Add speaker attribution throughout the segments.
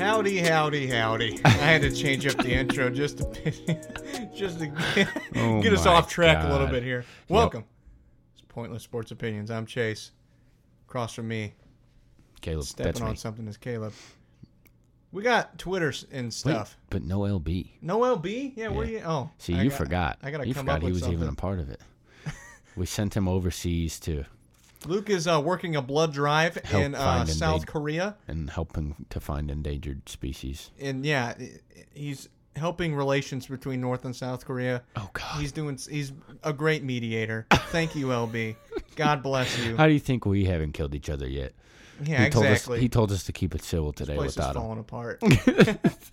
Speaker 1: Howdy, howdy, howdy! I had to change up the intro just to just to get,
Speaker 2: Oh
Speaker 1: get us
Speaker 2: my
Speaker 1: off track a little
Speaker 2: God.
Speaker 1: bit here. Welcome. It's Pointless Sports Opinions. I'm Chase. Across from me,
Speaker 2: Caleb, that's
Speaker 1: stepping on
Speaker 2: me.
Speaker 1: something is Caleb. We got Twitter s- and stuff.
Speaker 2: Wait, but no LB.
Speaker 1: No LB? Yeah, where you? Oh,
Speaker 2: See,
Speaker 1: I
Speaker 2: you
Speaker 1: got-
Speaker 2: forgot.
Speaker 1: I gotta
Speaker 2: you
Speaker 1: come
Speaker 2: forgot
Speaker 1: up
Speaker 2: he
Speaker 1: with
Speaker 2: was even a
Speaker 1: something.
Speaker 2: part of it. we sent him overseas to
Speaker 1: Luke is uh, working a blood drive
Speaker 2: Help
Speaker 1: in uh,
Speaker 2: find and
Speaker 1: South
Speaker 2: dig.
Speaker 1: Korea,
Speaker 2: and helping to find endangered species.
Speaker 1: and yeah, i- i- he's helping relations between North and South Korea.
Speaker 2: Oh God!
Speaker 1: He's doing. He's a great mediator. Thank you, LB. God bless you.
Speaker 2: How do you think we haven't killed each other yet?
Speaker 1: Yeah,
Speaker 2: he told
Speaker 1: exactly.
Speaker 2: us he told us to keep it civil today
Speaker 1: Place is
Speaker 2: without him.
Speaker 1: falling apart.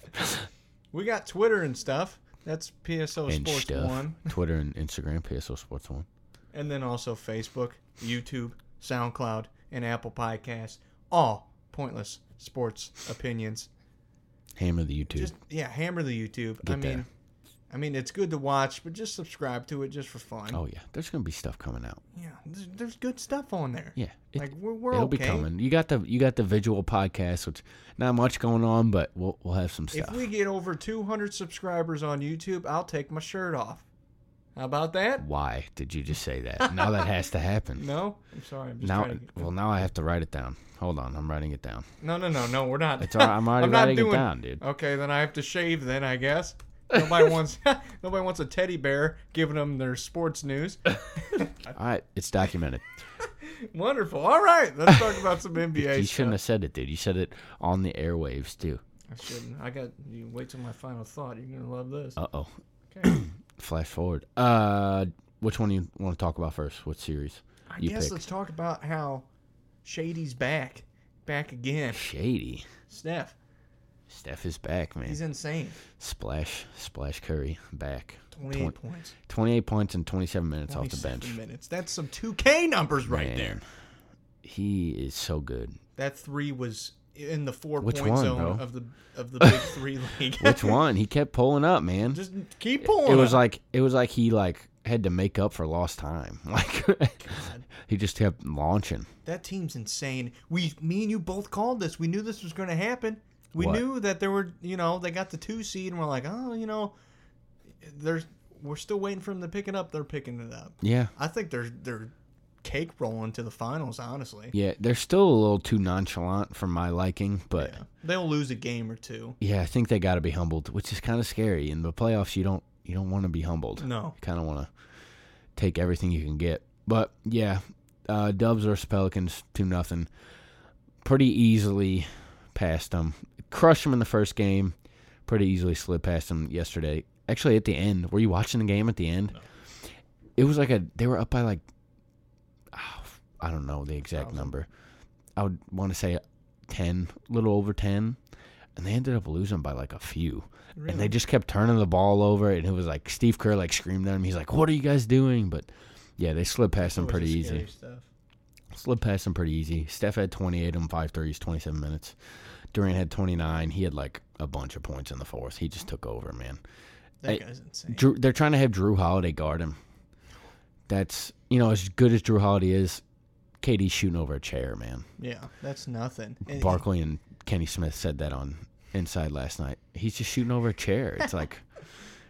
Speaker 1: we got Twitter and stuff. That's PSO
Speaker 2: And
Speaker 1: Sports
Speaker 2: stuff.
Speaker 1: One,
Speaker 2: Twitter and Instagram, PSO Sports One.
Speaker 1: and then also Facebook, YouTube, SoundCloud, and Apple Podcasts. All pointless sports opinions.
Speaker 2: Hammer the YouTube.
Speaker 1: Just yeah, hammer the YouTube. I
Speaker 2: Get
Speaker 1: mean,
Speaker 2: there.
Speaker 1: I mean, it's good to watch, but just subscribe to it just for fun.
Speaker 2: oh yeah, there's gonna be stuff coming out.
Speaker 1: Yeah, there's, there's good stuff on there.
Speaker 2: Yeah, it-
Speaker 1: like we're, we're
Speaker 2: it'll
Speaker 1: okay.
Speaker 2: be coming. You got the you got the visual podcast, which not much going on, but we'll we'll have some
Speaker 1: If
Speaker 2: stuff.
Speaker 1: we get over 200 subscribers on YouTube, I'll take my shirt off. How about that?
Speaker 2: Why did you just say that? now that has to happen.
Speaker 1: No, I'm sorry. I'm just
Speaker 2: now,
Speaker 1: trying to get-
Speaker 2: well, now I have to write it down. Hold on, I'm writing it down.
Speaker 1: no, no, no, no. We're not.
Speaker 2: It's all right, I'm already
Speaker 1: not
Speaker 2: writing it
Speaker 1: doing-
Speaker 2: down, dude.
Speaker 1: Okay, then I have to shave. Then I guess nobody wants nobody wants a teddy bear giving them their sports news.
Speaker 2: All right, it's documented.
Speaker 1: Wonderful. All right, let's talk about some
Speaker 2: you
Speaker 1: NBA.
Speaker 2: shouldn't
Speaker 1: stuff.
Speaker 2: have said it, dude. You said it on the airwaves too.
Speaker 1: I shouldn't. I got you. Wait till my final thought. You're gonna love this.
Speaker 2: Uh oh.
Speaker 1: Okay.
Speaker 2: Flash forward. Uh, which one do you want to talk about first? What series?
Speaker 1: I
Speaker 2: you
Speaker 1: guess
Speaker 2: pick.
Speaker 1: let's talk about how Shady's back, back again.
Speaker 2: Shady.
Speaker 1: Steph,
Speaker 2: Steph is back, man.
Speaker 1: he's insane.
Speaker 2: Splash, splash Curry back.
Speaker 1: 28
Speaker 2: Twen-
Speaker 1: points.
Speaker 2: 28 points and 27 minutes off the
Speaker 1: 27
Speaker 2: bench.
Speaker 1: Minutes. That's some 2K numbers right
Speaker 2: Man,
Speaker 1: there.
Speaker 2: He is so good.
Speaker 1: That three was in the four
Speaker 2: Which
Speaker 1: point
Speaker 2: one,
Speaker 1: zone
Speaker 2: bro?
Speaker 1: of the of the big three league.
Speaker 2: Which one? He kept pulling up, man.
Speaker 1: Just keep pulling.
Speaker 2: it was
Speaker 1: up.
Speaker 2: like it was like he like had to make up for lost time. Like he just kept launching.
Speaker 1: that team's insane. We, me and you both called this. We knew this was going to happen. We
Speaker 2: What?
Speaker 1: knew that there were, you know, they got the two seed, and we're like, oh, you know, there's we're still waiting for them to pick it up. They're picking it up.
Speaker 2: Yeah.
Speaker 1: I think they're they're cake rolling to the finals. Honestly,
Speaker 2: Yeah, they're still a little too nonchalant for my liking, but yeah,
Speaker 1: Yeah. they'll lose a game or two.
Speaker 2: I think they got to be humbled, which is kind of scary. In the playoffs, you don't you don't want to be humbled.
Speaker 1: No.
Speaker 2: You kind of want to take everything you can get. But yeah, uh, Dubs versus Pelicans, two nothing. Pretty easily passed them. Crushed them in the first game. Pretty easily slid past them yesterday. Actually, at the end, were you watching the game at the end? It was like a they were up by like ah, I don't know the exact number. I would want to say ten, a little over ten, and they ended up losing by like a few. And they just kept turning the ball over, and it was like Steve Kerr like screamed at him. He's like, "What are you guys doing?" But yeah, they slid past them
Speaker 1: That was
Speaker 2: pretty
Speaker 1: the
Speaker 2: easy.
Speaker 1: scary Stuff.
Speaker 2: Slid past them pretty easy. Steph had 28 on five threes, 27 minutes. Durant had 29. He had like a bunch of points in the fourth. He just took over, man.
Speaker 1: That
Speaker 2: Hey,
Speaker 1: guy's insane.
Speaker 2: Drew, they're trying to have Drew Holiday guard him. That's you know as good as Drew Holiday is, KD's shooting over a chair, man.
Speaker 1: Yeah, that's nothing. And-
Speaker 2: Barkley and Kenny Smith said that on Inside last night. He's just shooting over a chair. It's like,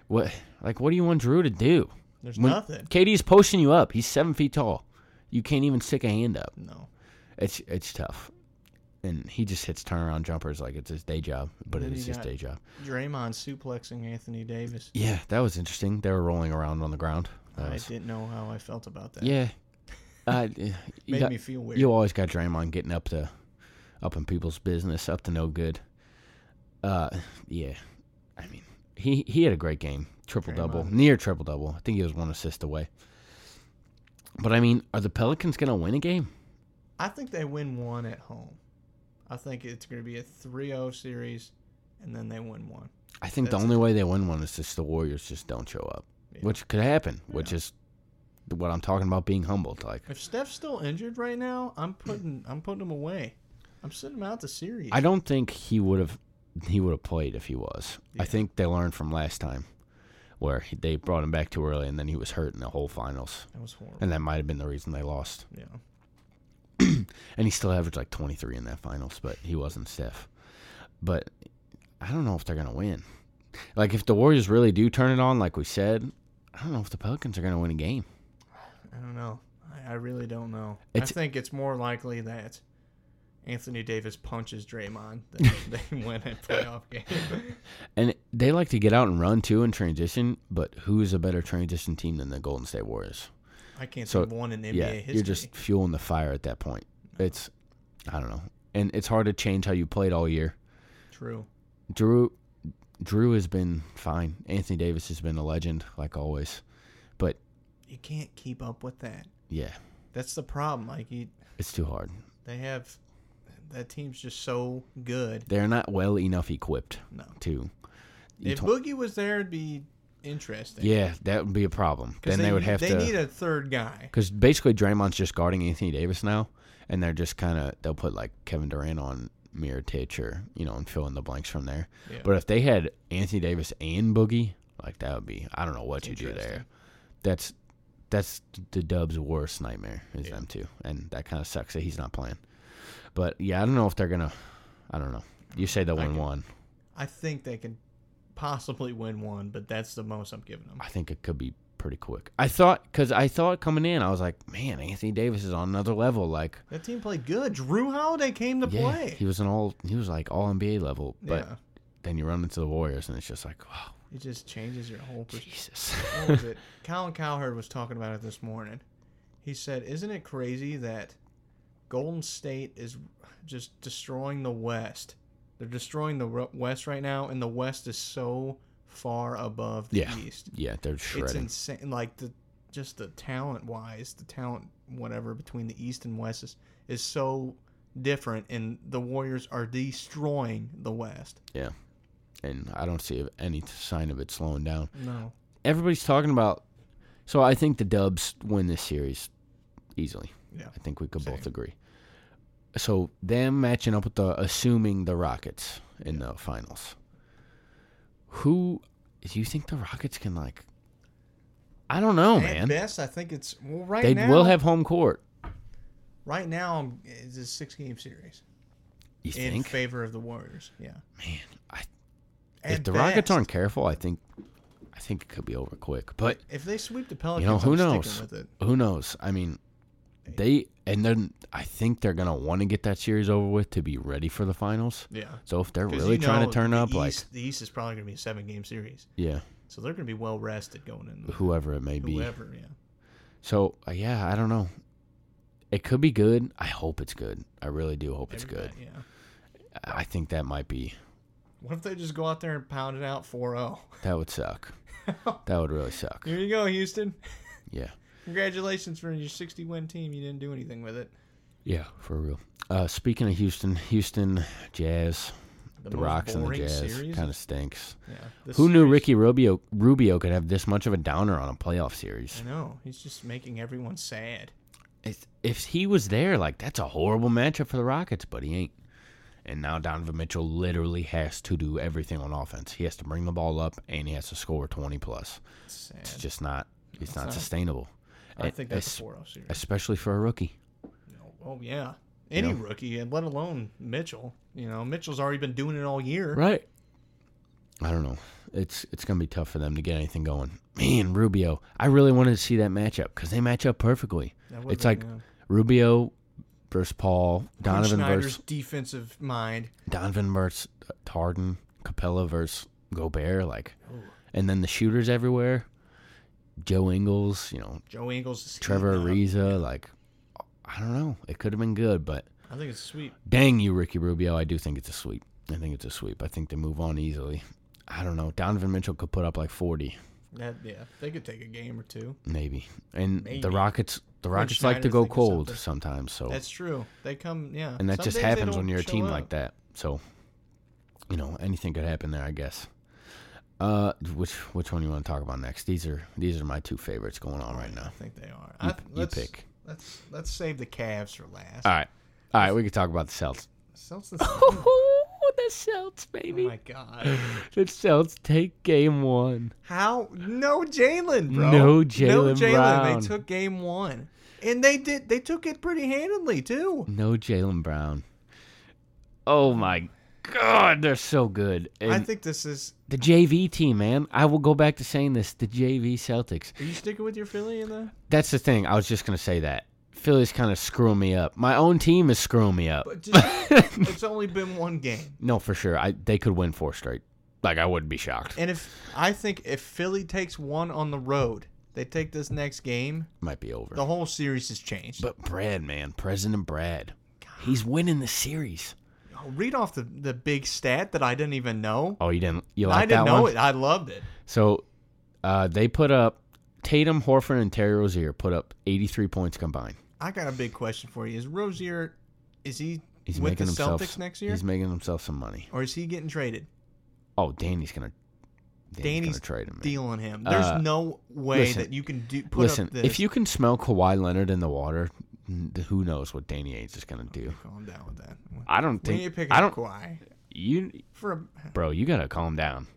Speaker 2: what? Like, what do you want Drew to do?
Speaker 1: There's
Speaker 2: When-
Speaker 1: nothing.
Speaker 2: KD's posting you up. He's seven feet tall. You can't even stick a hand up.
Speaker 1: No.
Speaker 2: It's it's tough. And he just hits turnaround jumpers like it's his day job, but
Speaker 1: And
Speaker 2: it
Speaker 1: then
Speaker 2: is
Speaker 1: you
Speaker 2: his
Speaker 1: got-
Speaker 2: day job.
Speaker 1: Draymond suplexing Anthony Davis.
Speaker 2: Yeah, that was interesting. They were rolling around on the ground. That
Speaker 1: I
Speaker 2: was-
Speaker 1: didn't know how I felt about that.
Speaker 2: yeah. Uh, you
Speaker 1: Made
Speaker 2: got-
Speaker 1: me feel weird.
Speaker 2: You always got Draymond getting up to up in people's business, up to no good. Uh, yeah. I mean, he he had a great game, triple double,
Speaker 1: Draymond.
Speaker 2: near triple double. I think he was one assist away. But I mean, are the Pelicans gonna win a game?
Speaker 1: I think they win one at home. I think it's going to be a 3-0 series, and then they win one.
Speaker 2: I think
Speaker 1: That's-
Speaker 2: the only way they win one is just the Warriors just don't show up,
Speaker 1: Yeah.
Speaker 2: which could happen. Which
Speaker 1: Yeah.
Speaker 2: is what I'm talking about being humbled. Like
Speaker 1: If Steph's still injured right now, I'm putting I'm putting him away. I'm sitting him out the series.
Speaker 2: I don't think he would have he would have played if he was.
Speaker 1: Yeah.
Speaker 2: I think they learned from last time where he, they brought him back too early and then he was hurt in the whole finals.
Speaker 1: That was horrible.
Speaker 2: And that might have been the reason they lost.
Speaker 1: yeah.
Speaker 2: And he still averaged like 23 in that finals, but he wasn't Steph. But I don't know if they're going to win. Like if the Warriors really do turn it on like we said, I don't know if the Pelicans are going to win a game.
Speaker 1: I don't know. I, I really don't know.
Speaker 2: It's-
Speaker 1: I think it's more likely that Anthony Davis punches Draymond than they win a playoff game.
Speaker 2: And they like to get out and run too and transition, but who is a better transition team than the Golden State Warriors?
Speaker 1: I can't
Speaker 2: So,
Speaker 1: think of one in NBA
Speaker 2: yeah,
Speaker 1: history.
Speaker 2: you're just fueling the fire at that point. It's, I don't know, and it's hard to change how you played all year.
Speaker 1: True.
Speaker 2: Drew, Drew has been fine. Anthony Davis has been a legend, like always. But
Speaker 1: You can't keep up with that.
Speaker 2: yeah,
Speaker 1: That's the problem. Like you,
Speaker 2: it's too hard.
Speaker 1: they have that team's just so good.
Speaker 2: They're not well enough equipped
Speaker 1: No.
Speaker 2: to. you
Speaker 1: If
Speaker 2: to-
Speaker 1: Boogie was there, it'd be interesting.
Speaker 2: yeah, that would be a problem.
Speaker 1: 'Cause
Speaker 2: Then they, would have
Speaker 1: they need
Speaker 2: to
Speaker 1: a third guy.
Speaker 2: because basically Draymond's just guarding Anthony Davis now, and they're just kind of they'll put like Kevin Durant on Mirotic or you know and fill in the blanks from there.
Speaker 1: Yeah.
Speaker 2: But if they had Anthony Davis and Boogie, like that would be I don't know what you do there.
Speaker 1: Interesting.
Speaker 2: That's that's the Dubs' worst nightmare is
Speaker 1: Yeah.
Speaker 2: them two, and that kind of sucks that he's not playing. But yeah, I don't know if they're gonna. I don't know. You say they'll
Speaker 1: I
Speaker 2: win
Speaker 1: can-
Speaker 2: one.
Speaker 1: I think they could possibly win one, but that's the most I'm giving them.
Speaker 2: I think it could be pretty quick. I thought because I thought coming in, I was like, man, Anthony Davis is on another level. Like,
Speaker 1: That team played good. Drew Holiday came to
Speaker 2: yeah,
Speaker 1: play.
Speaker 2: he was an all he was like all NBA level. But
Speaker 1: yeah.
Speaker 2: then you run into the Warriors, and it's just like, wow,
Speaker 1: It just changes your whole perspective.
Speaker 2: Jesus.
Speaker 1: What was it? Colin Cowherd was talking about it this morning. He said, Isn't it crazy that Golden State is just destroying the West? They're destroying the Ru- West right now, and the West is so far above the
Speaker 2: yeah,
Speaker 1: East.
Speaker 2: yeah, they're
Speaker 1: It's
Speaker 2: shredding.
Speaker 1: insane. Like, the just the talent wise, the talent, whatever, between the East and West is, is so different, and the Warriors are destroying the West.
Speaker 2: Yeah. And I don't see any sign of it slowing down.
Speaker 1: No.
Speaker 2: Everybody's talking about. So I think the Dubs win this series easily.
Speaker 1: Yeah.
Speaker 2: I think we could both
Speaker 1: Same.
Speaker 2: agree. So them matching up with the assuming the Rockets in the finals. Who do you think the Rockets can like? I don't know,
Speaker 1: At
Speaker 2: Oh, man.
Speaker 1: best, I think it's well, right
Speaker 2: they
Speaker 1: now.
Speaker 2: will have home court.
Speaker 1: Right now, I'm- it's a six game series
Speaker 2: You
Speaker 1: in
Speaker 2: think,
Speaker 1: favor of the Warriors. Yeah.
Speaker 2: man? I, if
Speaker 1: At
Speaker 2: the Rockets
Speaker 1: best.
Speaker 2: aren't careful, I think, I think it could be over quick. But
Speaker 1: If they sweep the Pelicans,
Speaker 2: you know who
Speaker 1: I'm
Speaker 2: knows
Speaker 1: sticking with it.
Speaker 2: who knows i mean they and then i think they're gonna want to get that series over with to be ready for the finals
Speaker 1: Yeah.
Speaker 2: so if they're
Speaker 1: 'Cause
Speaker 2: really
Speaker 1: you
Speaker 2: trying
Speaker 1: know
Speaker 2: to turn
Speaker 1: the
Speaker 2: up like
Speaker 1: East, the East is probably going to be a seven game series,
Speaker 2: yeah
Speaker 1: so they're going to be well rested going in.
Speaker 2: whoever it may be
Speaker 1: Whoever, yeah.
Speaker 2: so uh, yeah i don't know it could be good i hope it's good i really do hope it's
Speaker 1: Everybody,
Speaker 2: good
Speaker 1: Yeah.
Speaker 2: i I think that might be
Speaker 1: What if they just go out there and pound it out 4-0?
Speaker 2: that would suck that would really suck
Speaker 1: Here you go, Houston.
Speaker 2: yeah
Speaker 1: Congratulations for your 60 win team. You didn't do anything with it.
Speaker 2: yeah for real uh, speaking of houston houston jazz the,
Speaker 1: most
Speaker 2: rocks and the
Speaker 1: boring
Speaker 2: jazz
Speaker 1: series
Speaker 2: kind of
Speaker 1: is-
Speaker 2: stinks
Speaker 1: Yeah. this
Speaker 2: Who knew
Speaker 1: series-
Speaker 2: Ricky Rubio Rubio could have this much of a downer on a playoff series?
Speaker 1: I know. He's just making everyone sad.
Speaker 2: If, if he was there, like that's a horrible matchup for the Rockets, but he ain't. And now Donovan Mitchell literally has to do everything on offense. He has to bring the ball up and he has to score twenty plus.
Speaker 1: It's sad.
Speaker 2: It's just not. It's,
Speaker 1: It's
Speaker 2: not,
Speaker 1: not.
Speaker 2: sustainable.
Speaker 1: I
Speaker 2: And
Speaker 1: think that's
Speaker 2: es-
Speaker 1: a 4-0 series.
Speaker 2: especially for a rookie.
Speaker 1: Oh yeah, any
Speaker 2: know?
Speaker 1: rookie, and let alone Mitchell. You know, Mitchell's already been doing it all year.
Speaker 2: Right. I don't know. It's it's gonna be tough for them to get anything going. Man, Rubio, I really wanted to see that matchup because they match up perfectly.
Speaker 1: That would've
Speaker 2: It's
Speaker 1: been,
Speaker 2: like
Speaker 1: yeah.
Speaker 2: Rubio versus Paul, Donovan
Speaker 1: Schneider's
Speaker 2: versus
Speaker 1: defensive mind.
Speaker 2: Donovan versus Tarden, Capella versus Gobert, like, and then the shooters everywhere. Joe Ingles, you know,
Speaker 1: Joe Ingles. is
Speaker 2: Trevor
Speaker 1: heating up.
Speaker 2: Ariza, like, I don't know. It could have been good, but
Speaker 1: I think it's sweet.
Speaker 2: dang you, Ricky Rubio. I do think it's a sweep. I think it's a sweep. I think they move on easily. I don't know. Donovan Mitchell could put up like 40,
Speaker 1: That yeah, they could take a game or two.
Speaker 2: maybe. And
Speaker 1: Maybe.
Speaker 2: the Rockets, the
Speaker 1: Quinn
Speaker 2: Rockets like to
Speaker 1: Snyder's
Speaker 2: go
Speaker 1: thinking
Speaker 2: cold
Speaker 1: something.
Speaker 2: sometimes. So
Speaker 1: That's true. They come yeah,
Speaker 2: and that
Speaker 1: Some
Speaker 2: just
Speaker 1: days they
Speaker 2: happens when
Speaker 1: don't
Speaker 2: you're a
Speaker 1: show
Speaker 2: team
Speaker 1: up.
Speaker 2: like that. So, you know, anything could happen there, I guess. Uh, which which one you want to talk about next? These are these are my two favorites going on right now.
Speaker 1: I think they are. I,
Speaker 2: You, you
Speaker 1: let's,
Speaker 2: pick. Ah.
Speaker 1: Let's let's save the Cavs for last.
Speaker 2: All right, all right, we can talk about the Celtics.
Speaker 1: Celtics. oh
Speaker 2: Oh, the Celtics, baby!
Speaker 1: my god.
Speaker 2: the Celtics take game one.
Speaker 1: How? No Jalen, bro.
Speaker 2: No Jalen Brown.
Speaker 1: They took game one, and they did. They took it pretty handily too.
Speaker 2: No Jalen Brown. Oh my God, they're so good.
Speaker 1: I
Speaker 2: And
Speaker 1: think this is.
Speaker 2: the JV team, man. I will go back to saying this: the JV Celtics.
Speaker 1: Are you sticking with your Philly in the?
Speaker 2: That's the thing. I was just gonna say that Philly's kind of screwing me up. My own team is screwing me up.
Speaker 1: But just, it's only been one game,
Speaker 2: No, for sure. I they could win four straight. Like I wouldn't be shocked.
Speaker 1: and if I think if Philly takes one on the road, they take this next game,
Speaker 2: Might be over.
Speaker 1: the whole series has changed.
Speaker 2: But Brad, man, President Brad, he's winning the series.
Speaker 1: I'll read off the the big stat that I didn't even know.
Speaker 2: Oh, you didn't? You
Speaker 1: I
Speaker 2: like that
Speaker 1: didn't know
Speaker 2: one?
Speaker 1: it. I loved it.
Speaker 2: So uh, they put up Tatum, Horford, and Terry Rozier put up 83 points combined.
Speaker 1: I got a big question for you. Is Rozier? Is he
Speaker 2: He's
Speaker 1: with the
Speaker 2: making himself
Speaker 1: Celtics next year,
Speaker 2: He's making himself some money.
Speaker 1: or is he getting traded?
Speaker 2: Oh, Danny's gonna.
Speaker 1: Danny's
Speaker 2: Danny's, gonna trade him. man.
Speaker 1: dealing him. There's
Speaker 2: Uh,
Speaker 1: no way
Speaker 2: listen,
Speaker 1: that you can do put
Speaker 2: Listen,
Speaker 1: up this.
Speaker 2: if you can smell Kawhi Leonard in the water, n- who knows what Danny Ainge is gonna do?
Speaker 1: calm down with that,
Speaker 2: I don't
Speaker 1: when you
Speaker 2: think.
Speaker 1: picking
Speaker 2: I
Speaker 1: up
Speaker 2: don't.
Speaker 1: Kawhi
Speaker 2: You,
Speaker 1: for a,
Speaker 2: bro, you gotta calm down.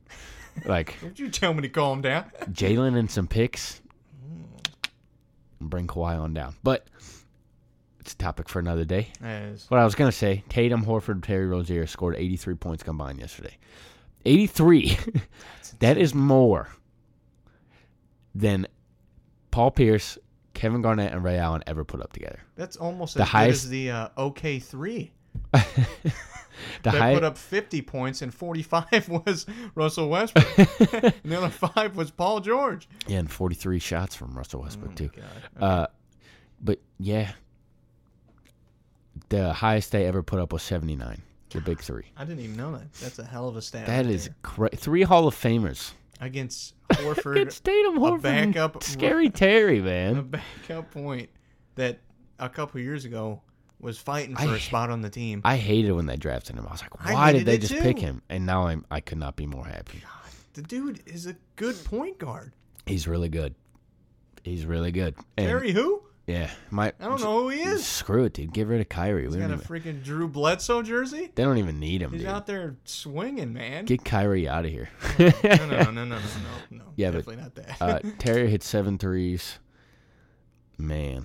Speaker 2: Like
Speaker 1: don't you tell me to calm down.
Speaker 2: Jalen and some picks,
Speaker 1: Mm.
Speaker 2: bring Kawhi on down. But it's a topic for another day.
Speaker 1: As
Speaker 2: What I was gonna say: Tatum, Horford, Terry Rozier scored 83 points combined yesterday. 83. that is more than Paul Pierce, Kevin Garnett, and Ray Allen ever put up together.
Speaker 1: that's almost
Speaker 2: The
Speaker 1: as
Speaker 2: highest-
Speaker 1: good as the uh, OK three.
Speaker 2: The
Speaker 1: that
Speaker 2: high,
Speaker 1: put up 50 points and 45 was Russell Westbrook. and the other five was Paul George.
Speaker 2: yeah, and 43 shots from
Speaker 1: Oh
Speaker 2: Russell Westbrook too. Uh, but yeah, the highest they ever put up was 79. The big three.
Speaker 1: I didn't even know that. That's a hell of a stat.
Speaker 2: That
Speaker 1: right
Speaker 2: is
Speaker 1: there.
Speaker 2: cra- three Hall of Famers.
Speaker 1: against Horford.
Speaker 2: It's Tatum
Speaker 1: a
Speaker 2: Horford, and
Speaker 1: backup-
Speaker 2: scary Terry,
Speaker 1: a
Speaker 2: man.
Speaker 1: backup point that a couple years ago was fighting
Speaker 2: I
Speaker 1: for a
Speaker 2: hate-
Speaker 1: spot on the team.
Speaker 2: I hated when they drafted him. I was like,
Speaker 1: I
Speaker 2: why did
Speaker 1: hated
Speaker 2: they
Speaker 1: it
Speaker 2: just pick
Speaker 1: too.
Speaker 2: him? And now I'm I could not be more happy.
Speaker 1: the dude is a good point guard.
Speaker 2: He's really good. He's really good. And,
Speaker 1: Terry who?
Speaker 2: yeah, my
Speaker 1: I don't know who he is.
Speaker 2: Screw it, dude. Get rid of Kyrie. We
Speaker 1: He's got
Speaker 2: don't
Speaker 1: a
Speaker 2: even,
Speaker 1: freaking Drew Bledsoe jersey.
Speaker 2: they don't even need him,
Speaker 1: He's
Speaker 2: dude.
Speaker 1: out there swinging, man.
Speaker 2: Get Kyrie out of here.
Speaker 1: No, no, no, no, no, no, no.
Speaker 2: Yeah, but,
Speaker 1: definitely not that.
Speaker 2: uh, Terry hit seven threes. Man,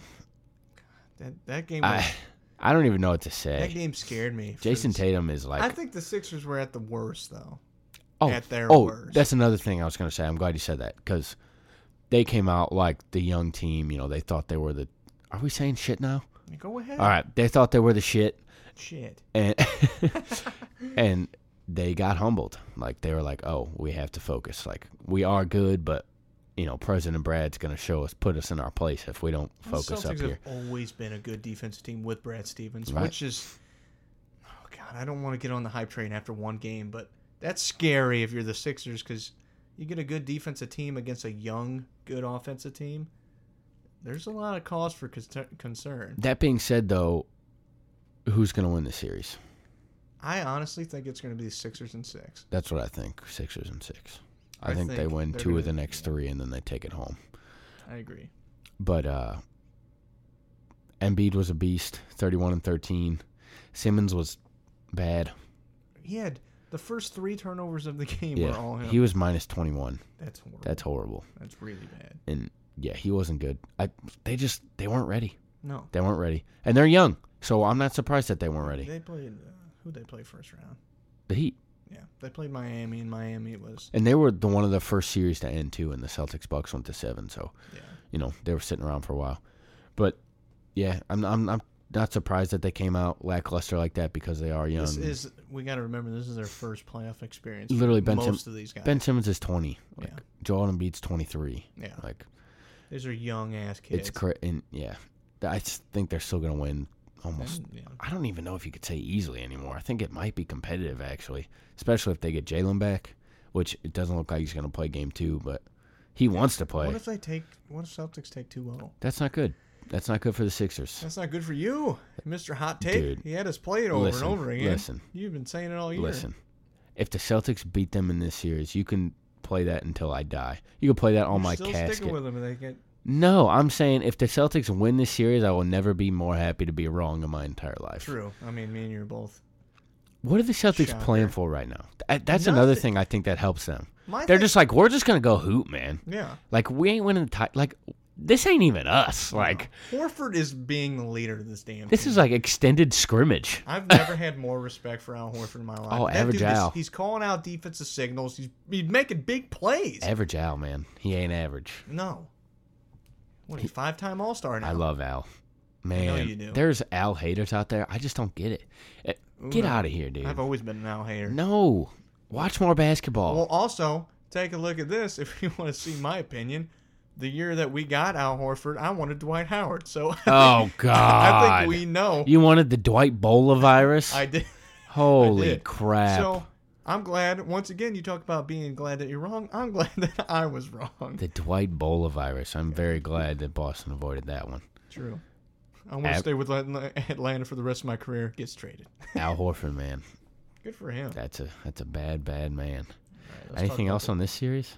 Speaker 1: that. That game, was,
Speaker 2: I I don't even know what to
Speaker 1: that
Speaker 2: say.
Speaker 1: game scared me. for
Speaker 2: Jason
Speaker 1: the-
Speaker 2: Tatum is like
Speaker 1: I think the Sixers were at the worst though.
Speaker 2: oh,
Speaker 1: at their
Speaker 2: oh,
Speaker 1: worst.
Speaker 2: that's another thing I was going to say. I'm glad you said that because they came out like the young team. You know, they thought they were the. Are we saying shit now?
Speaker 1: Go ahead.
Speaker 2: All right, they thought they were the shit,
Speaker 1: Shit.
Speaker 2: and and they got humbled. Like they were like, oh, we have to focus. Like we are good, but you know, President Brad's going to show us, put us in our place if we don't
Speaker 1: the
Speaker 2: focus
Speaker 1: Celtics
Speaker 2: up here.
Speaker 1: have always been a good defensive team with Brad Stevens,
Speaker 2: Right.
Speaker 1: which is oh god, I don't want to get on the hype train after one game, but that's scary if you're the Sixers because you get a good defensive team against a young, good offensive team. There's a lot of cause for con- concern.
Speaker 2: That being said, though, who's going to win the series?
Speaker 1: I honestly think it's going to be Sixers and six.
Speaker 2: That's what I think. Sixers and six. I,
Speaker 1: I
Speaker 2: think, they
Speaker 1: think
Speaker 2: win
Speaker 1: they're
Speaker 2: 2 of the
Speaker 1: gonna-
Speaker 2: next three, and then they take it home.
Speaker 1: I agree.
Speaker 2: But uh Embiid was a beast, thirty-one and thirteen. Simmons was bad.
Speaker 1: He had the first three turnovers of the game were all
Speaker 2: yeah,
Speaker 1: him.
Speaker 2: he was minus twenty-one.
Speaker 1: that's horrible.
Speaker 2: That's horrible.
Speaker 1: that's really bad.
Speaker 2: And yeah, he wasn't good. I they just they weren't ready.
Speaker 1: No,
Speaker 2: They weren't ready, and they're young, so I'm not surprised that they weren't ready.
Speaker 1: they played. Uh, who they play first round?
Speaker 2: The Heat.
Speaker 1: Yeah, they played Miami, and Miami was
Speaker 2: And they were the one of the first series to end too, and the Celtics Bucks went to seven, so
Speaker 1: yeah.
Speaker 2: you know they were sitting around for a while. But yeah, I'm I'm, I'm not surprised that they came out lackluster like that because they are young.
Speaker 1: This is we got to remember this is their first playoff experience. for
Speaker 2: Um, Literally, Ben, Sim-
Speaker 1: most of these guys.
Speaker 2: ben Simmons is 20. Like,
Speaker 1: Yeah.
Speaker 2: Joel Embiid's 23.
Speaker 1: Yeah.
Speaker 2: Like
Speaker 1: these are young ass kids.
Speaker 2: it's cra- and yeah, Th- I just think they're still gonna win almost.
Speaker 1: And, yeah.
Speaker 2: I don't even know if you could say easily anymore. I think it might be competitive actually, especially if they get Jalen back, which it doesn't look like he's gonna play game two, but he wants to play.
Speaker 1: What if they take? What if Celtics take 2-0?
Speaker 2: That's not good. That's not good for the Sixers.
Speaker 1: That's not good for you, Mister Hot Take.
Speaker 2: Dude,
Speaker 1: he had us play it over
Speaker 2: listen,
Speaker 1: and over again.
Speaker 2: listen.
Speaker 1: you've been saying it all year.
Speaker 2: Listen, if the Celtics beat them in this series, you can play that until I die. You can play that on
Speaker 1: You're
Speaker 2: my
Speaker 1: still
Speaker 2: casket.
Speaker 1: sticking with them, and they get
Speaker 2: No, I'm saying if the Celtics win this series, I will never be more happy to be wrong in my entire life.
Speaker 1: true. I mean, me and you are both.
Speaker 2: What are the Celtics
Speaker 1: Shocker.
Speaker 2: playing for right now? Th- That's another
Speaker 1: Nothing.
Speaker 2: thing I think that helps them.
Speaker 1: My
Speaker 2: They're
Speaker 1: thing-
Speaker 2: just like, we're just going to go hoop, man.
Speaker 1: Yeah,
Speaker 2: Like, we ain't winning the title. Like, this ain't even us. Like,
Speaker 1: Horford is being the leader of this damn.
Speaker 2: this
Speaker 1: team.
Speaker 2: is like extended scrimmage.
Speaker 1: I've never had more respect for Al Horford in my life.
Speaker 2: Oh,
Speaker 1: That
Speaker 2: average
Speaker 1: dude is-
Speaker 2: Al.
Speaker 1: he's calling out defensive signals. He's, he's making big plays.
Speaker 2: Average Al, man. He ain't average.
Speaker 1: no. What, he's five-time All-Star now.
Speaker 2: I love Al. Man,
Speaker 1: you do.
Speaker 2: there's Al haters out there. I just don't get it. Eh, Get
Speaker 1: no.
Speaker 2: out of here, dude.
Speaker 1: I've always been an Al hater.
Speaker 2: No. Watch more basketball.
Speaker 1: Well, also, take a look at this if you want to see my opinion. The year that we got Al Horford, I wanted Dwight Howard. So
Speaker 2: oh, God.
Speaker 1: I think we know.
Speaker 2: You wanted the Dwight Bola virus?
Speaker 1: I did. I
Speaker 2: Holy
Speaker 1: did.
Speaker 2: crap.
Speaker 1: So I'm glad. Once again, you talk about being glad that you're wrong. I'm glad that I was wrong.
Speaker 2: the Dwight Bola virus. I'm very glad that Boston avoided that one.
Speaker 1: True. I want to
Speaker 2: Ab-
Speaker 1: stay with Atla- Atlanta for the rest of my career. Gets traded.
Speaker 2: Al Horford, man.
Speaker 1: Good for him.
Speaker 2: That's a that's a bad, bad man.
Speaker 1: let's
Speaker 2: Anything
Speaker 1: talk about
Speaker 2: else on this series?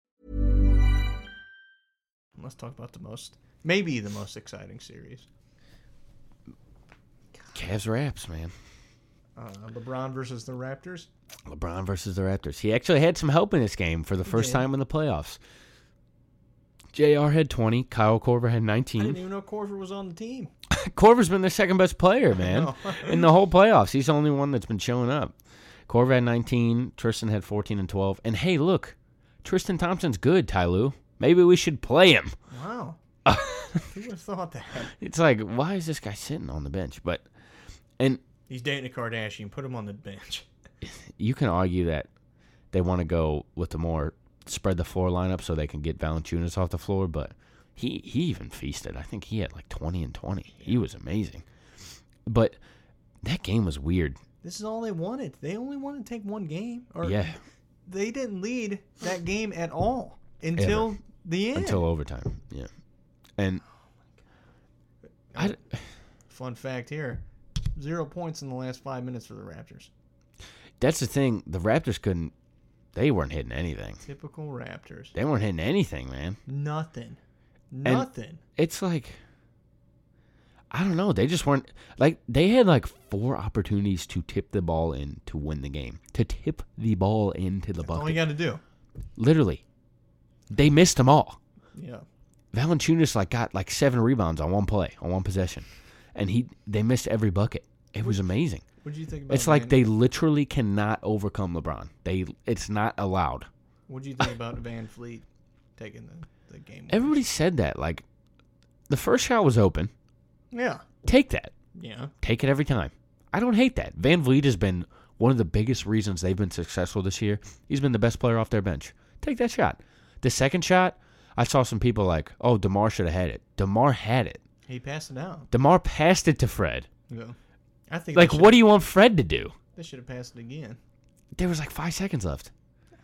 Speaker 1: Let's talk about the most, maybe the most exciting series.
Speaker 2: Cavs Raps, man.
Speaker 1: Uh, LeBron versus the Raptors.
Speaker 2: LeBron versus the Raptors. He actually had some help in this game for the first
Speaker 1: did.
Speaker 2: time in the playoffs. JR had 20. Kyle Korver had
Speaker 1: I didn't
Speaker 2: 19.
Speaker 1: even know Corver was on the team.
Speaker 2: Korver's been their second best player, man.
Speaker 1: know.
Speaker 2: in the whole playoffs. He's the only one that's been showing up. Korver had 19. Tristan had 14 and 12. And hey, look, Tristan Thompson's good, Tyloo. Maybe we should play him.
Speaker 1: Wow. Who would have thought that?
Speaker 2: It's like, why is this guy sitting on the bench? But, and
Speaker 1: He's dating a Kardashian. Put him on the bench.
Speaker 2: you can argue that they want to go with the more spread the floor lineup so they can get Valanciunas off the floor, but he he even feasted. I think he had like 20 and 20. He was amazing. But that game was weird.
Speaker 1: This is all they wanted. They only wanted to take one game. Or
Speaker 2: yeah,
Speaker 1: They didn't lead that game at all until the end.
Speaker 2: until overtime. Yeah. And I
Speaker 1: Fun fact here zero points in the last five minutes for the Raptors.
Speaker 2: that's the thing, the Raptors couldn't they weren't hitting anything.
Speaker 1: Typical Raptors.
Speaker 2: They weren't hitting anything, man.
Speaker 1: Nothing. Nothing.
Speaker 2: it's like I don't know. They just weren't like they had like four opportunities to tip the ball in to win the game. To tip the ball into the
Speaker 1: That's all you
Speaker 2: bucket.
Speaker 1: got to do.
Speaker 2: Literally. They missed them all.
Speaker 1: Yeah.
Speaker 2: Valanciunas like got like seven rebounds on one play, on one possession. And he they missed every bucket. It was amazing.
Speaker 1: What do you think about?
Speaker 2: It's like
Speaker 1: Van-
Speaker 2: they literally cannot overcome LeBron. They it's not allowed.
Speaker 1: What do you think about Van Fleet taking the, the game? winner?
Speaker 2: Everybody said that like the first shot was open.
Speaker 1: Yeah.
Speaker 2: Take that.
Speaker 1: Yeah.
Speaker 2: Take it every time. I don't hate that. Van Vliet has been one of the biggest reasons they've been successful this year. He's been the best player off their bench. Take that shot. The second shot, I saw some people like, "Oh, Demar should have had it." Demar had it.
Speaker 1: He passed it out.
Speaker 2: Demar passed it to Fred.
Speaker 1: Yeah. I think
Speaker 2: Like, what do you want Fred to do?
Speaker 1: They should have passed it again.
Speaker 2: There was like five seconds left.
Speaker 1: Yeah,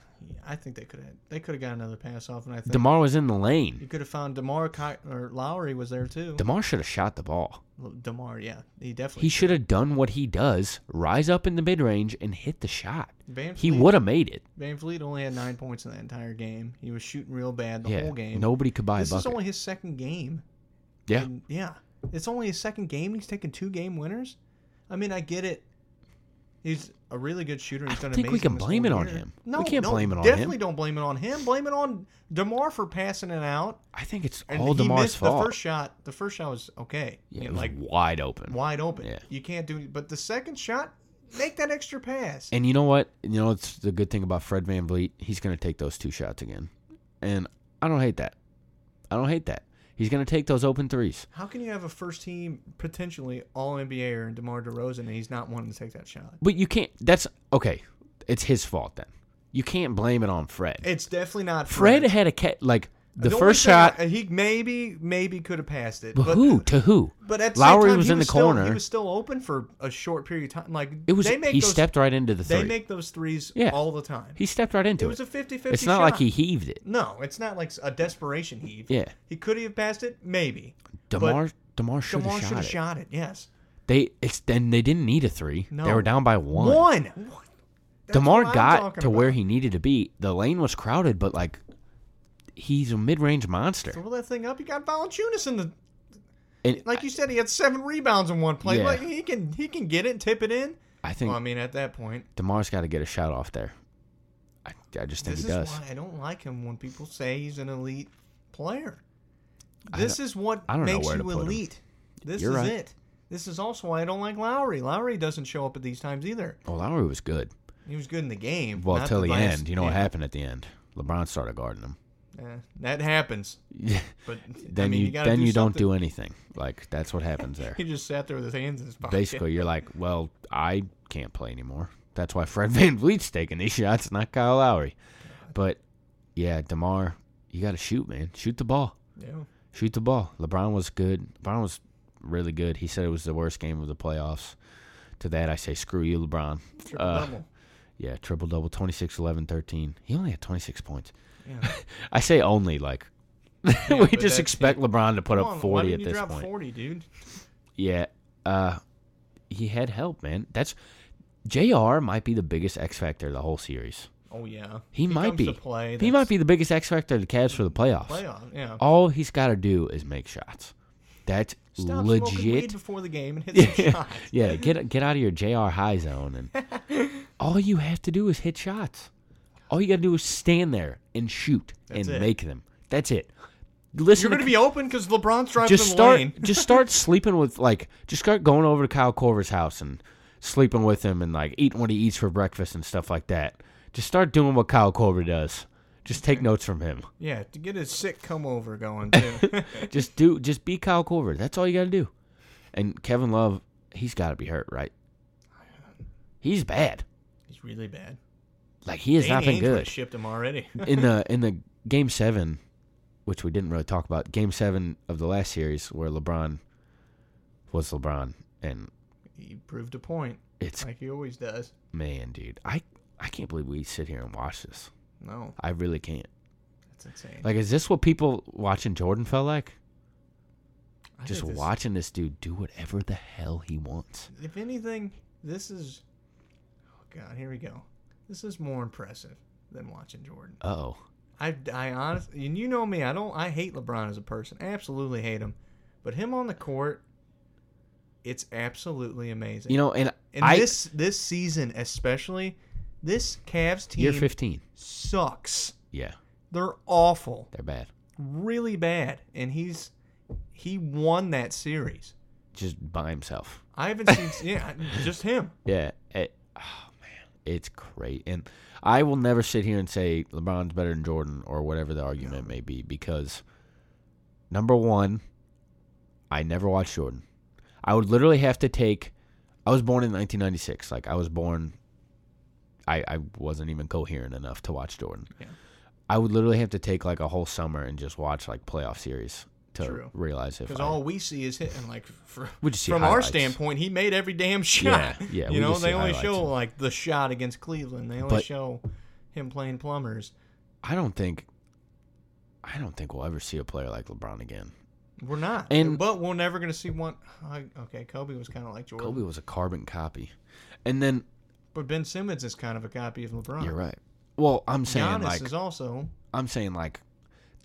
Speaker 1: I think they could have. They could have got another pass off, and I think
Speaker 2: Demar was in the
Speaker 1: you
Speaker 2: lane.
Speaker 1: could have found Demar Ky- or Lowry was there too.
Speaker 2: Demar should have shot the ball.
Speaker 1: Well, Demar, yeah, he definitely.
Speaker 2: He should have done what he does: rise up in the mid range and hit the shot.
Speaker 1: Van
Speaker 2: He
Speaker 1: Vliet-
Speaker 2: would have made it.
Speaker 1: Van Vliet only had nine points in that entire game. He was shooting real bad the
Speaker 2: yeah,
Speaker 1: whole game.
Speaker 2: nobody could buy
Speaker 1: this
Speaker 2: a bucket.
Speaker 1: is only his second game.
Speaker 2: yeah,
Speaker 1: And, yeah. It's only his second game. He's taken two game winners. I mean, I get it. He's a really good shooter.
Speaker 2: I
Speaker 1: He's
Speaker 2: don't
Speaker 1: done
Speaker 2: think we
Speaker 1: amazing
Speaker 2: can
Speaker 1: this
Speaker 2: blame
Speaker 1: whole
Speaker 2: it on
Speaker 1: year.
Speaker 2: him. We
Speaker 1: No,
Speaker 2: can't
Speaker 1: no,
Speaker 2: blame it on him.
Speaker 1: Definitely don't blame it on him. Blame it on Demar for passing it out.
Speaker 2: I think it's
Speaker 1: And
Speaker 2: all
Speaker 1: he
Speaker 2: Demar's
Speaker 1: missed
Speaker 2: fault.
Speaker 1: the first shot. The first shot was okay.
Speaker 2: yeah,
Speaker 1: You know,
Speaker 2: it was
Speaker 1: like
Speaker 2: wide open.
Speaker 1: wide open.
Speaker 2: Yeah.
Speaker 1: You can't do it. But the second shot, make that extra pass.
Speaker 2: And you know what? You know it's the good thing about Fred Van Vliet. He's going to take those two shots again, and I don't hate that. I don't hate that. He's going to take those open threes.
Speaker 1: How can you have a first team potentially all NBAer and DeMar DeRozan and he's not wanting to take that shot?
Speaker 2: But you can't. That's okay. It's his fault then. You can't blame it on Fred.
Speaker 1: It's definitely not
Speaker 2: Fred
Speaker 1: Fred.
Speaker 2: had a cat like the
Speaker 1: only
Speaker 2: first
Speaker 1: thing
Speaker 2: shot.
Speaker 1: I- he maybe maybe could have passed it.
Speaker 2: but,
Speaker 1: but
Speaker 2: who to who?
Speaker 1: But at the same
Speaker 2: Lowry
Speaker 1: time,
Speaker 2: was
Speaker 1: he
Speaker 2: in the
Speaker 1: still-
Speaker 2: corner.
Speaker 1: he was still open for a short period of time. Like
Speaker 2: it was
Speaker 1: they make
Speaker 2: he
Speaker 1: those,
Speaker 2: stepped right into the three.
Speaker 1: They make those threes
Speaker 2: Yeah.
Speaker 1: all the time.
Speaker 2: he stepped right into it.
Speaker 1: it was a 50-50
Speaker 2: It's not like
Speaker 1: shot.
Speaker 2: he heaved it.
Speaker 1: no, it's not like a desperation heave.
Speaker 2: Yeah.
Speaker 1: he could have passed it. Maybe
Speaker 2: Demar Demar should
Speaker 1: Demar
Speaker 2: have
Speaker 1: should
Speaker 2: shot
Speaker 1: have
Speaker 2: it.
Speaker 1: shot it. Yes,
Speaker 2: They it's then they didn't need a three.
Speaker 1: no,
Speaker 2: They were down by one.
Speaker 1: One. That's
Speaker 2: Demar
Speaker 1: what I'm
Speaker 2: got
Speaker 1: talking
Speaker 2: to where
Speaker 1: about.
Speaker 2: he needed to be. The lane was crowded, but like he's a mid-range monster.
Speaker 1: Throw that thing up. He got Valanciunas in the
Speaker 2: And
Speaker 1: like you said. He had seven rebounds in one play.
Speaker 2: Yeah.
Speaker 1: Like he can he can get it, tip it in.
Speaker 2: I think
Speaker 1: well, I mean, at that point,
Speaker 2: Demar's got to get a shot off there. I, I just think
Speaker 1: this
Speaker 2: he
Speaker 1: is
Speaker 2: does.
Speaker 1: why I don't like him when people say he's an elite player.
Speaker 2: I
Speaker 1: This
Speaker 2: don't-
Speaker 1: is what
Speaker 2: I don't know
Speaker 1: makes
Speaker 2: where to
Speaker 1: you
Speaker 2: put him.
Speaker 1: elite. This
Speaker 2: You're
Speaker 1: is
Speaker 2: right.
Speaker 1: it. This is also why I don't like Lowry. Lowry doesn't show up at these times either.
Speaker 2: Oh, Lowry was good.
Speaker 1: He was good in the game.
Speaker 2: Well,
Speaker 1: not
Speaker 2: till the
Speaker 1: last-
Speaker 2: end, you know what
Speaker 1: yeah.
Speaker 2: happened at the end. LeBron started guarding him.
Speaker 1: Eh, that happens. But
Speaker 2: then
Speaker 1: I mean,
Speaker 2: you,
Speaker 1: you gotta
Speaker 2: then
Speaker 1: do
Speaker 2: you don't
Speaker 1: something.
Speaker 2: do anything. Like that's what happens there.
Speaker 1: He just sat there with his hands in his pocket.
Speaker 2: Basically, you're like, well, I can't play anymore. That's why Fred Van VanVleet's taking these shots, not Kyle Lowry. But yeah, Demar, you got to shoot, man. Shoot the ball.
Speaker 1: Yeah.
Speaker 2: Shoot the ball. LeBron was good. LeBron was really good. He said it was the worst game of the playoffs. To that, I say, screw you, LeBron.
Speaker 1: Triple
Speaker 2: uh,
Speaker 1: double.
Speaker 2: Yeah, triple double, 26, 11, 13. He only had 26 points.
Speaker 1: Yeah.
Speaker 2: I say only like we
Speaker 1: but
Speaker 2: just
Speaker 1: that's-
Speaker 2: expect LeBron to put
Speaker 1: Come
Speaker 2: up
Speaker 1: on, why
Speaker 2: 40
Speaker 1: didn't
Speaker 2: at
Speaker 1: you
Speaker 2: this
Speaker 1: drop
Speaker 2: point.
Speaker 1: 40, dude.
Speaker 2: Yeah. Uh he had help, man. That's JR might be the biggest X factor of the whole series.
Speaker 1: Oh yeah.
Speaker 2: He, might
Speaker 1: comes
Speaker 2: be.
Speaker 1: To play,
Speaker 2: he might be the biggest X factor of the Cavs for the playoffs.
Speaker 1: playoff. Yeah.
Speaker 2: All he's got to do is make shots. That's
Speaker 1: Stop smoking weed
Speaker 2: legit.
Speaker 1: before the game and hit some shots.
Speaker 2: yeah, get get out of your JR high zone and all you have to do is hit shots. All you got to do is stand there and shoot
Speaker 1: That's
Speaker 2: and
Speaker 1: it.
Speaker 2: make them. That's it.
Speaker 1: You're
Speaker 2: Listen to
Speaker 1: going to be open because LeBron's driving
Speaker 2: just
Speaker 1: the
Speaker 2: start
Speaker 1: lane.
Speaker 2: just start sleeping with like just start going over to Kyle Corver's house and sleeping with him and like eating what he eats for breakfast and stuff like that. Just start doing what Kyle Corver does. Just take notes from him.
Speaker 1: Yeah, to get his sick come over going too.
Speaker 2: Just do just be Kyle Corver. That's all you got to do. And Kevin Love, he's got to be hurt, right? He's bad.
Speaker 1: He's really bad.
Speaker 2: Like he has not been
Speaker 1: Ainge would've
Speaker 2: good.
Speaker 1: Shipped him already.
Speaker 2: in the in the game seven, which we didn't really talk about, game seven of the last series where LeBron was LeBron and
Speaker 1: he proved a point,
Speaker 2: it's
Speaker 1: like he always does.
Speaker 2: Man, dude, I I can't believe we sit here and watch this.
Speaker 1: No,
Speaker 2: I really can't.
Speaker 1: that's insane.
Speaker 2: Like, is this what people watching Jordan felt like?
Speaker 1: I
Speaker 2: Just
Speaker 1: think this-
Speaker 2: watching this dude do whatever the hell he wants.
Speaker 1: If anything, this is. Oh God, here we go. This is more impressive than watching Jordan.
Speaker 2: Uh oh.
Speaker 1: I, I honestly, and you know me, I don't, I hate LeBron as a person. Absolutely hate him, but him on the court, it's absolutely amazing.
Speaker 2: You know, and,
Speaker 1: And
Speaker 2: I
Speaker 1: this this season especially, this Cavs team
Speaker 2: year fifteen.
Speaker 1: sucks.
Speaker 2: Yeah,
Speaker 1: They're awful,
Speaker 2: they're bad.
Speaker 1: really bad, and he's he won that series.
Speaker 2: Just by himself.
Speaker 1: I haven't seen yeah, just him.
Speaker 2: Yeah. It, oh man, it's great. And I will never sit here and say LeBron's better than Jordan or whatever the argument may be because number one, I never watched Jordan. I would literally have to take I was born in 1996. Like I was born, I I wasn't even coherent enough to watch Jordan.
Speaker 1: Yeah.
Speaker 2: I would literally have to take like a whole summer and just watch like playoff series to
Speaker 1: True.
Speaker 2: realize if
Speaker 1: Because
Speaker 2: I,
Speaker 1: all we see is hitting. Like for,
Speaker 2: We just see
Speaker 1: from
Speaker 2: highlights.
Speaker 1: our standpoint, he made every damn
Speaker 2: Yeah,
Speaker 1: shot.
Speaker 2: yeah, we
Speaker 1: you know
Speaker 2: just see
Speaker 1: they only
Speaker 2: highlights.
Speaker 1: show like the shot against Cleveland. They only
Speaker 2: But-
Speaker 1: show him playing plumbers.
Speaker 2: I don't think, I don't think we'll ever see a player like LeBron again.
Speaker 1: We're not,
Speaker 2: And-
Speaker 1: but we're never gonna see one. I- Okay, Kobe was kind of like Jordan,
Speaker 2: Kobe was a carbon copy, and then
Speaker 1: but Ben Simmons is kind of a copy of LeBron.
Speaker 2: you're right. Well, I'm saying
Speaker 1: Giannis
Speaker 2: like
Speaker 1: is also
Speaker 2: I'm saying like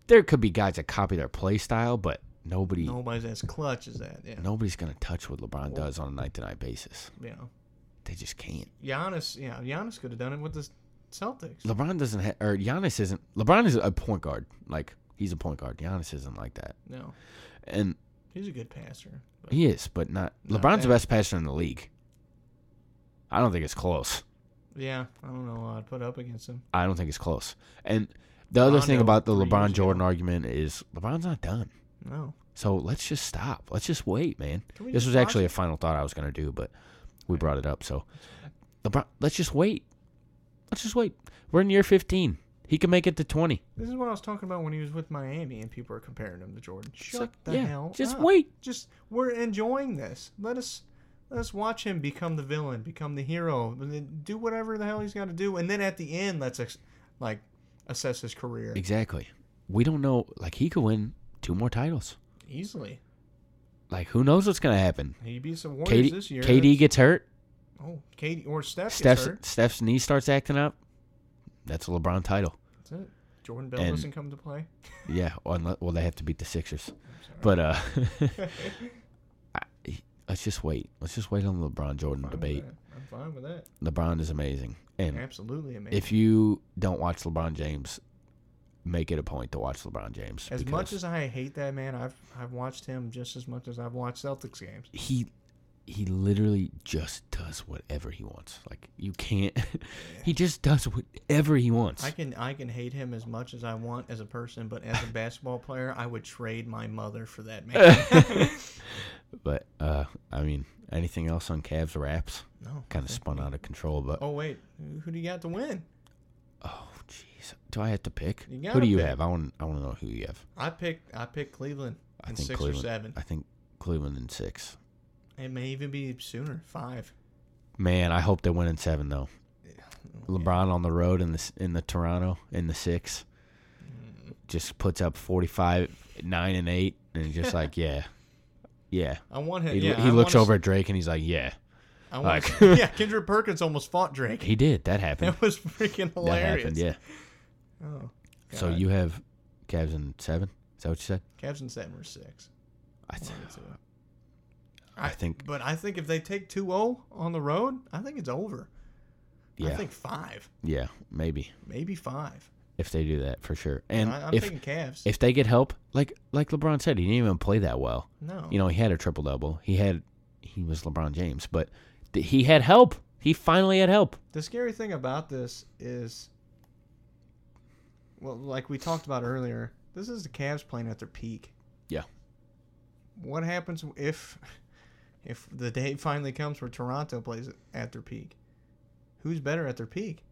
Speaker 2: there could be guys that copy their play style, but nobody
Speaker 1: nobody's as clutch as that. Yeah,
Speaker 2: nobody's gonna touch what LeBron does on a night to night basis.
Speaker 1: you know,
Speaker 2: They just can't.
Speaker 1: Giannis. Yeah, Giannis could have done it with the Celtics.
Speaker 2: LeBron doesn't ha- or Giannis isn't. LeBron is a point guard. Like he's a point guard. Giannis isn't like that.
Speaker 1: No,
Speaker 2: And
Speaker 1: he's a good passer. But
Speaker 2: he is, but not.
Speaker 1: Not
Speaker 2: LeBron's the
Speaker 1: bad.
Speaker 2: best passer in the league. I don't think it's close.
Speaker 1: yeah, I don't know. what I'd put up against him.
Speaker 2: I don't think it's close. And the other thing
Speaker 1: Rondo,
Speaker 2: about the
Speaker 1: three years
Speaker 2: LeBron
Speaker 1: ago.
Speaker 2: Jordan argument is LeBron's not done.
Speaker 1: No,
Speaker 2: So let's just stop. Let's just wait, man.
Speaker 1: Can we
Speaker 2: This
Speaker 1: just
Speaker 2: was actually a
Speaker 1: watch
Speaker 2: final thought I was going to do, but we brought it up. So, LeBron, let's just wait. Let's just wait. We're in year 15. He can make it to 20.
Speaker 1: this is what I was talking about when he was with Miami, and people are comparing him to Jordan. Shut
Speaker 2: like,
Speaker 1: the
Speaker 2: yeah,
Speaker 1: hell.
Speaker 2: just
Speaker 1: up.
Speaker 2: wait.
Speaker 1: Just we're enjoying this. Let us. Let us watch him become the villain, become the hero, do whatever the hell he's got to do, and then at the end, let's ex- like assess his career
Speaker 2: Exactly. We don't know. Like, he could win two more titles.
Speaker 1: easily.
Speaker 2: Like, who knows what's going to happen?
Speaker 1: He beats the Warriors
Speaker 2: Katie,
Speaker 1: this year.
Speaker 2: KD
Speaker 1: That's-
Speaker 2: gets hurt.
Speaker 1: oh, Katie or Steph
Speaker 2: Steph's,
Speaker 1: gets hurt.
Speaker 2: Steph's knee starts acting up. That's a LeBron title.
Speaker 1: That's it. Jordan Bell
Speaker 2: And-
Speaker 1: doesn't come to play.
Speaker 2: Yeah. Unless, well, they have to beat the Sixers. But, uh, I, let's just wait. Let's just wait on the LeBron Jordan
Speaker 1: Fine with
Speaker 2: debate.
Speaker 1: that. I'm fine with that.
Speaker 2: LeBron is amazing. And
Speaker 1: Absolutely amazing.
Speaker 2: if you don't watch LeBron James, make it a point to watch LeBron James.
Speaker 1: as much as
Speaker 2: because
Speaker 1: I hate that man, I've I've watched him just as much as I've watched Celtics games.
Speaker 2: he he literally just does whatever he wants. Like you can't he just does whatever he wants.
Speaker 1: I can I can hate him as much as I want as a person, but as a basketball player, I would trade my mother for that man.
Speaker 2: but uh I mean anything else on Cavs wraps?
Speaker 1: no.
Speaker 2: Kind of spun out of control, but
Speaker 1: Oh wait, who do you got to win?
Speaker 2: oh jeez. Do I have to pick?
Speaker 1: You
Speaker 2: who
Speaker 1: gotta
Speaker 2: do you
Speaker 1: pick.
Speaker 2: have? I want I want to know who you have.
Speaker 1: I picked I picked Cleveland
Speaker 2: I
Speaker 1: in
Speaker 2: think
Speaker 1: six
Speaker 2: Cleveland
Speaker 1: or seven.
Speaker 2: I think Cleveland in 6.
Speaker 1: It may even be sooner, five.
Speaker 2: Man, I hope they win in 7 though. LeBron on the road in the in the Toronto in the six, just puts up forty five, nine and eight, and just like yeah, yeah.
Speaker 1: I want him.
Speaker 2: He,
Speaker 1: yeah,
Speaker 2: he
Speaker 1: I
Speaker 2: looks
Speaker 1: wanna
Speaker 2: over at Drake and he's like, yeah,
Speaker 1: I wanna
Speaker 2: Like-
Speaker 1: see- yeah, Kendrick Perkins almost fought Drake.
Speaker 2: he did. That happened.
Speaker 1: That was freaking
Speaker 2: That
Speaker 1: hilarious.
Speaker 2: happened. Yeah.
Speaker 1: Oh,
Speaker 2: So
Speaker 1: God.
Speaker 2: you have Cavs in seven. Is that what you said?
Speaker 1: Cavs and seven or six.
Speaker 2: I
Speaker 1: One
Speaker 2: th-
Speaker 1: or two.
Speaker 2: I think-
Speaker 1: but I think if they take 2-0 on the road, I think it's over. I
Speaker 2: yeah,
Speaker 1: think five,
Speaker 2: yeah, maybe
Speaker 1: maybe five.
Speaker 2: if they do that for sure. And
Speaker 1: I, I'm
Speaker 2: if
Speaker 1: thinking Cavs.
Speaker 2: if they get help, like like LeBron said, he didn't even play that well.
Speaker 1: no,
Speaker 2: You know, he had a triple double. He had he was LeBron James, but th- he had help. He finally had help.
Speaker 1: the scary thing about this is, well, like we talked about earlier, this is the Cavs playing at their peak.
Speaker 2: Yeah.
Speaker 1: What happens if, if the day finally comes where Toronto plays at their peak? Who's better at their peak?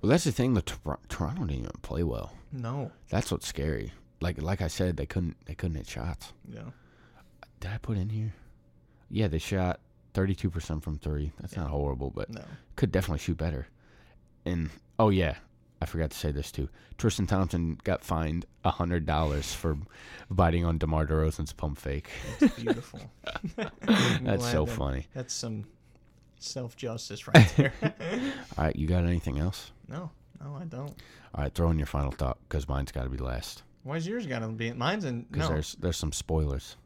Speaker 2: Well, that's the thing. The Tor- Toronto didn't even play well.
Speaker 1: No.
Speaker 2: That's what's scary. Like like I said, they couldn't they couldn't hit shots.
Speaker 1: Yeah.
Speaker 2: Did I put in here? Yeah, they shot thirty two percent from three. That's not horrible, but
Speaker 1: No.
Speaker 2: could definitely shoot better. And oh yeah, I forgot to say this too. Tristan Thompson got fined hundred dollars for biting on Demar Derozan's pump fake.
Speaker 1: Beautiful.
Speaker 2: That's so funny.
Speaker 1: That's some self justice right there.
Speaker 2: All right, you got anything else?
Speaker 1: no, no, I don't.
Speaker 2: All right, throw in your final thought because mine's got to be last
Speaker 1: Why's yours got to be? Mine's in.
Speaker 2: because
Speaker 1: No.
Speaker 2: there's there's some spoilers.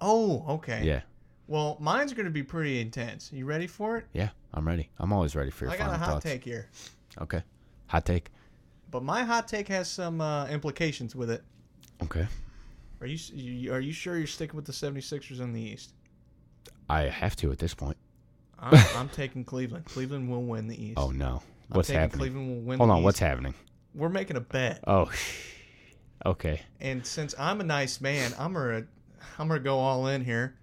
Speaker 1: Oh, okay.
Speaker 2: Yeah,
Speaker 1: Well, mine's going to be pretty intense. You ready for it?
Speaker 2: yeah, I'm ready. I'm always ready for your
Speaker 1: I got
Speaker 2: final
Speaker 1: a hot
Speaker 2: thoughts.
Speaker 1: take here.
Speaker 2: Okay, hot take.
Speaker 1: But my hot take has some uh, implications with it.
Speaker 2: Okay.
Speaker 1: Are you, s- you are you sure you're sticking with the 76ers in the East?
Speaker 2: I have to at this point.
Speaker 1: I'm, I'm taking Cleveland. Cleveland will win the East.
Speaker 2: Oh no.
Speaker 1: I'm
Speaker 2: What's
Speaker 1: taking
Speaker 2: happening?
Speaker 1: Cleveland will win
Speaker 2: Hold
Speaker 1: the
Speaker 2: on, what's
Speaker 1: East.
Speaker 2: happening?
Speaker 1: We're making a bet.
Speaker 2: Oh. Okay.
Speaker 1: And since I'm a nice man, I'm gonna I'm gonna go all in here.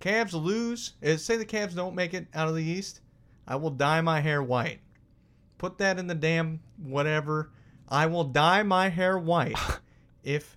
Speaker 1: Cavs lose. eh, Say the Cavs don't make it out of the East. I will dye my hair white. Put that in the damn whatever. I will dye my hair white if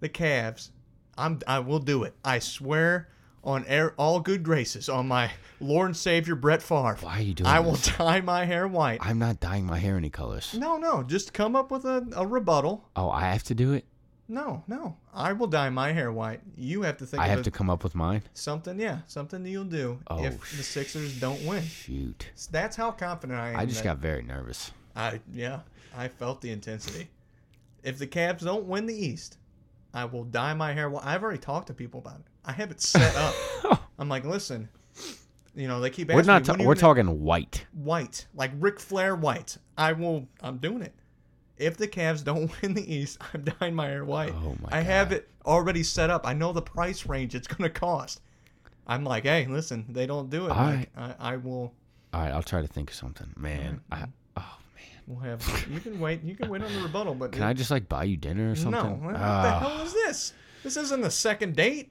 Speaker 1: the Cavs. I'm. I will do it. I swear on air, all good graces on my Lord and Savior Brett Favre.
Speaker 2: Why are you doing
Speaker 1: I will
Speaker 2: this?
Speaker 1: dye my hair white.
Speaker 2: I'm not dyeing my hair any colors.
Speaker 1: No, no. Just come up with a, a rebuttal.
Speaker 2: Oh, I have to do it.
Speaker 1: No, no. I will dye my hair white. You have to think.
Speaker 2: I
Speaker 1: of
Speaker 2: have
Speaker 1: a-
Speaker 2: to come up with mine.
Speaker 1: Something, yeah, something that you'll do
Speaker 2: Oh,
Speaker 1: if the Sixers don't win.
Speaker 2: Shoot,
Speaker 1: S- That's how confident I am.
Speaker 2: I just
Speaker 1: that-
Speaker 2: got very nervous.
Speaker 1: I yeah, I felt the intensity. If the Cavs don't win the East, I will dye my hair. Well, I've already talked to people about it. I have it set up. I'm like, listen, you know, they keep asking
Speaker 2: We're not.
Speaker 1: me,
Speaker 2: Ta-
Speaker 1: "When are you
Speaker 2: we're
Speaker 1: gonna-"
Speaker 2: talking white.
Speaker 1: white, like Ric Flair white. I will. I'm doing it. If the Cavs don't win the East, I'm dyeing my hair white.
Speaker 2: Oh my
Speaker 1: I have
Speaker 2: God.
Speaker 1: it already set up. I know the price range it's going to cost. I'm like, hey, listen, they don't do it.
Speaker 2: All
Speaker 1: like, I, I will.
Speaker 2: All right, I'll try to think of something. Man,
Speaker 1: Mm-hmm.
Speaker 2: I, oh man,
Speaker 1: We'll have. You can wait. You can wait on the rebuttal, but
Speaker 2: can I just like buy you dinner or something?
Speaker 1: No. What
Speaker 2: Ah,
Speaker 1: the hell is this? This isn't the second date.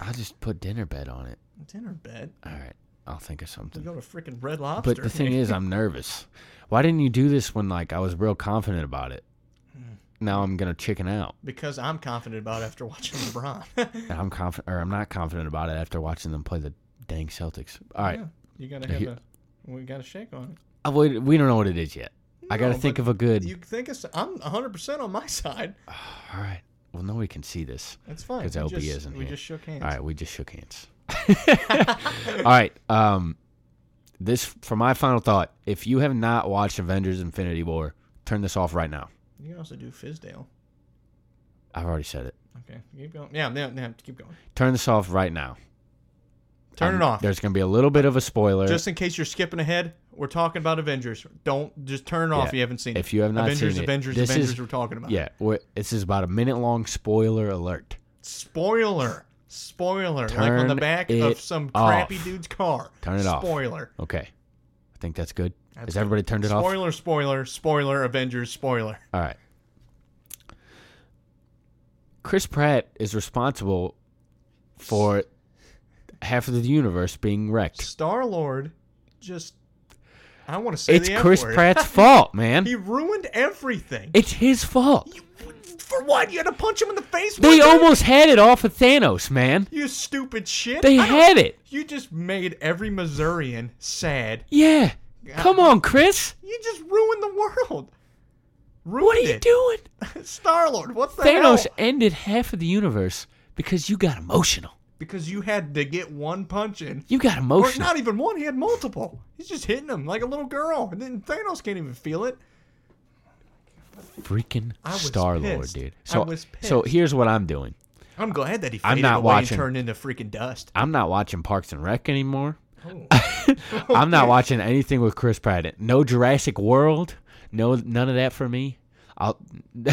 Speaker 2: I'll just put dinner bed on it.
Speaker 1: Dinner bed.
Speaker 2: All right, I'll think of
Speaker 1: We
Speaker 2: something.
Speaker 1: go to freaking Red Lobster.
Speaker 2: But the thing is, I'm nervous. Why didn't you do this when like I was real confident about it?
Speaker 1: Hmm.
Speaker 2: Now I'm gonna chicken out,
Speaker 1: because I'm confident about it after watching LeBron.
Speaker 2: and I'm confident or I'm not confident about it after watching them play the dang Celtics. All right,
Speaker 1: Yeah, you gotta have
Speaker 2: Here-
Speaker 1: a. We gotta shake on it.
Speaker 2: I would- we don't know what it is yet. I gotta
Speaker 1: No,
Speaker 2: think
Speaker 1: but
Speaker 2: of a good.
Speaker 1: You think it's, I'm 100% on my side.
Speaker 2: All right. Well, nobody can see this.
Speaker 1: That's fine.
Speaker 2: Because
Speaker 1: We
Speaker 2: LB
Speaker 1: just-
Speaker 2: isn't
Speaker 1: we
Speaker 2: here.
Speaker 1: just shook hands.
Speaker 2: All right, we just shook hands. All right. Um, this for my final thought. If you have not watched Avengers: Infinity War, turn this off right now.
Speaker 1: You can also do Fizdale.
Speaker 2: I've already said it.
Speaker 1: Okay, keep going. Yeah, yeah, yeah keep going.
Speaker 2: Turn this off right now.
Speaker 1: Turn
Speaker 2: Um,
Speaker 1: it off.
Speaker 2: There's going to be a little bit of a spoiler.
Speaker 1: Just in case you're skipping ahead, we're talking about Avengers. Don't just turn it off
Speaker 2: Yeah.
Speaker 1: if you haven't seen it.
Speaker 2: If you have not
Speaker 1: Avengers,
Speaker 2: seen it,
Speaker 1: Avengers,
Speaker 2: this
Speaker 1: Avengers,
Speaker 2: is-
Speaker 1: we're talking about.
Speaker 2: yeah, wh- this is about a minute long spoiler alert.
Speaker 1: Spoiler. Spoiler. like on the
Speaker 2: Turn
Speaker 1: back
Speaker 2: it
Speaker 1: of some crappy
Speaker 2: off.
Speaker 1: dude's car.
Speaker 2: Turn it off.
Speaker 1: Spoiler.
Speaker 2: Okay, I think that's good.
Speaker 1: That's
Speaker 2: Has
Speaker 1: good.
Speaker 2: everybody turned it off?
Speaker 1: Spoiler, spoiler, spoiler, Avengers, spoiler.
Speaker 2: All right. Chris Pratt is responsible for half of the universe being wrecked.
Speaker 1: Star Lord just. I want to say
Speaker 2: It's
Speaker 1: the F
Speaker 2: Chris
Speaker 1: word.
Speaker 2: Pratt's fault, man.
Speaker 1: He ruined everything.
Speaker 2: It's his fault.
Speaker 1: For what? You had to punch him in the face.
Speaker 2: They
Speaker 1: with it?
Speaker 2: almost had it off of Thanos, man.
Speaker 1: You stupid shit.
Speaker 2: They
Speaker 1: I don't-
Speaker 2: had it.
Speaker 1: You just made every Missourian sad.
Speaker 2: Yeah. Come on, Chris.
Speaker 1: You just ruined the world. Ruined
Speaker 2: What are you
Speaker 1: it.
Speaker 2: doing?
Speaker 1: Star Lord, what the
Speaker 2: Thanos
Speaker 1: hell?
Speaker 2: ended half of the universe because you got emotional.
Speaker 1: Because you had to get one punch in.
Speaker 2: You got
Speaker 1: Or
Speaker 2: emotional.
Speaker 1: not even one. He had multiple. He's just hitting him like a little girl, and then Thanos can't even feel it.
Speaker 2: Freaking
Speaker 1: e- I was
Speaker 2: Star Lord,
Speaker 1: pissed.
Speaker 2: dude.
Speaker 1: I
Speaker 2: So,
Speaker 1: was
Speaker 2: so
Speaker 1: pissed.
Speaker 2: here's what I'm doing.
Speaker 1: I'm glad that he faded
Speaker 2: I'm not
Speaker 1: away
Speaker 2: watching.
Speaker 1: and turned into freaking dust.
Speaker 2: I'm not watching Parks and Rec anymore.
Speaker 1: Oh.
Speaker 2: I'm not watching anything with Chris Pratt. in it. No Jurassic World. No, none of that for me. I'll,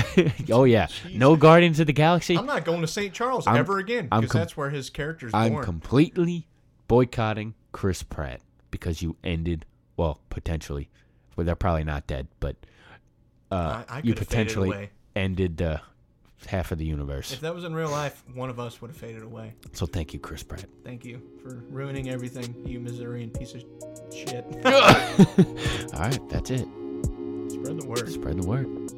Speaker 2: oh yeah, no Guardians of the Galaxy.
Speaker 1: I'm not going to St. Charles
Speaker 2: I'm-
Speaker 1: ever again
Speaker 2: I'm
Speaker 1: because
Speaker 2: com-
Speaker 1: that's where his character's
Speaker 2: I'm
Speaker 1: born.
Speaker 2: completely boycotting Chris Pratt because you ended well potentially. Well, they're probably not dead, but uh,
Speaker 1: I- I
Speaker 2: you
Speaker 1: could've faded
Speaker 2: potentially
Speaker 1: away.
Speaker 2: ended uh, half of the universe.
Speaker 1: if that was in real life, one of us would have faded away.
Speaker 2: So thank you, Chris Pratt.
Speaker 1: Thank you for ruining everything, you Missourian piece of shit.
Speaker 2: All right, that's it.
Speaker 1: Spread the word.
Speaker 2: Spread the word.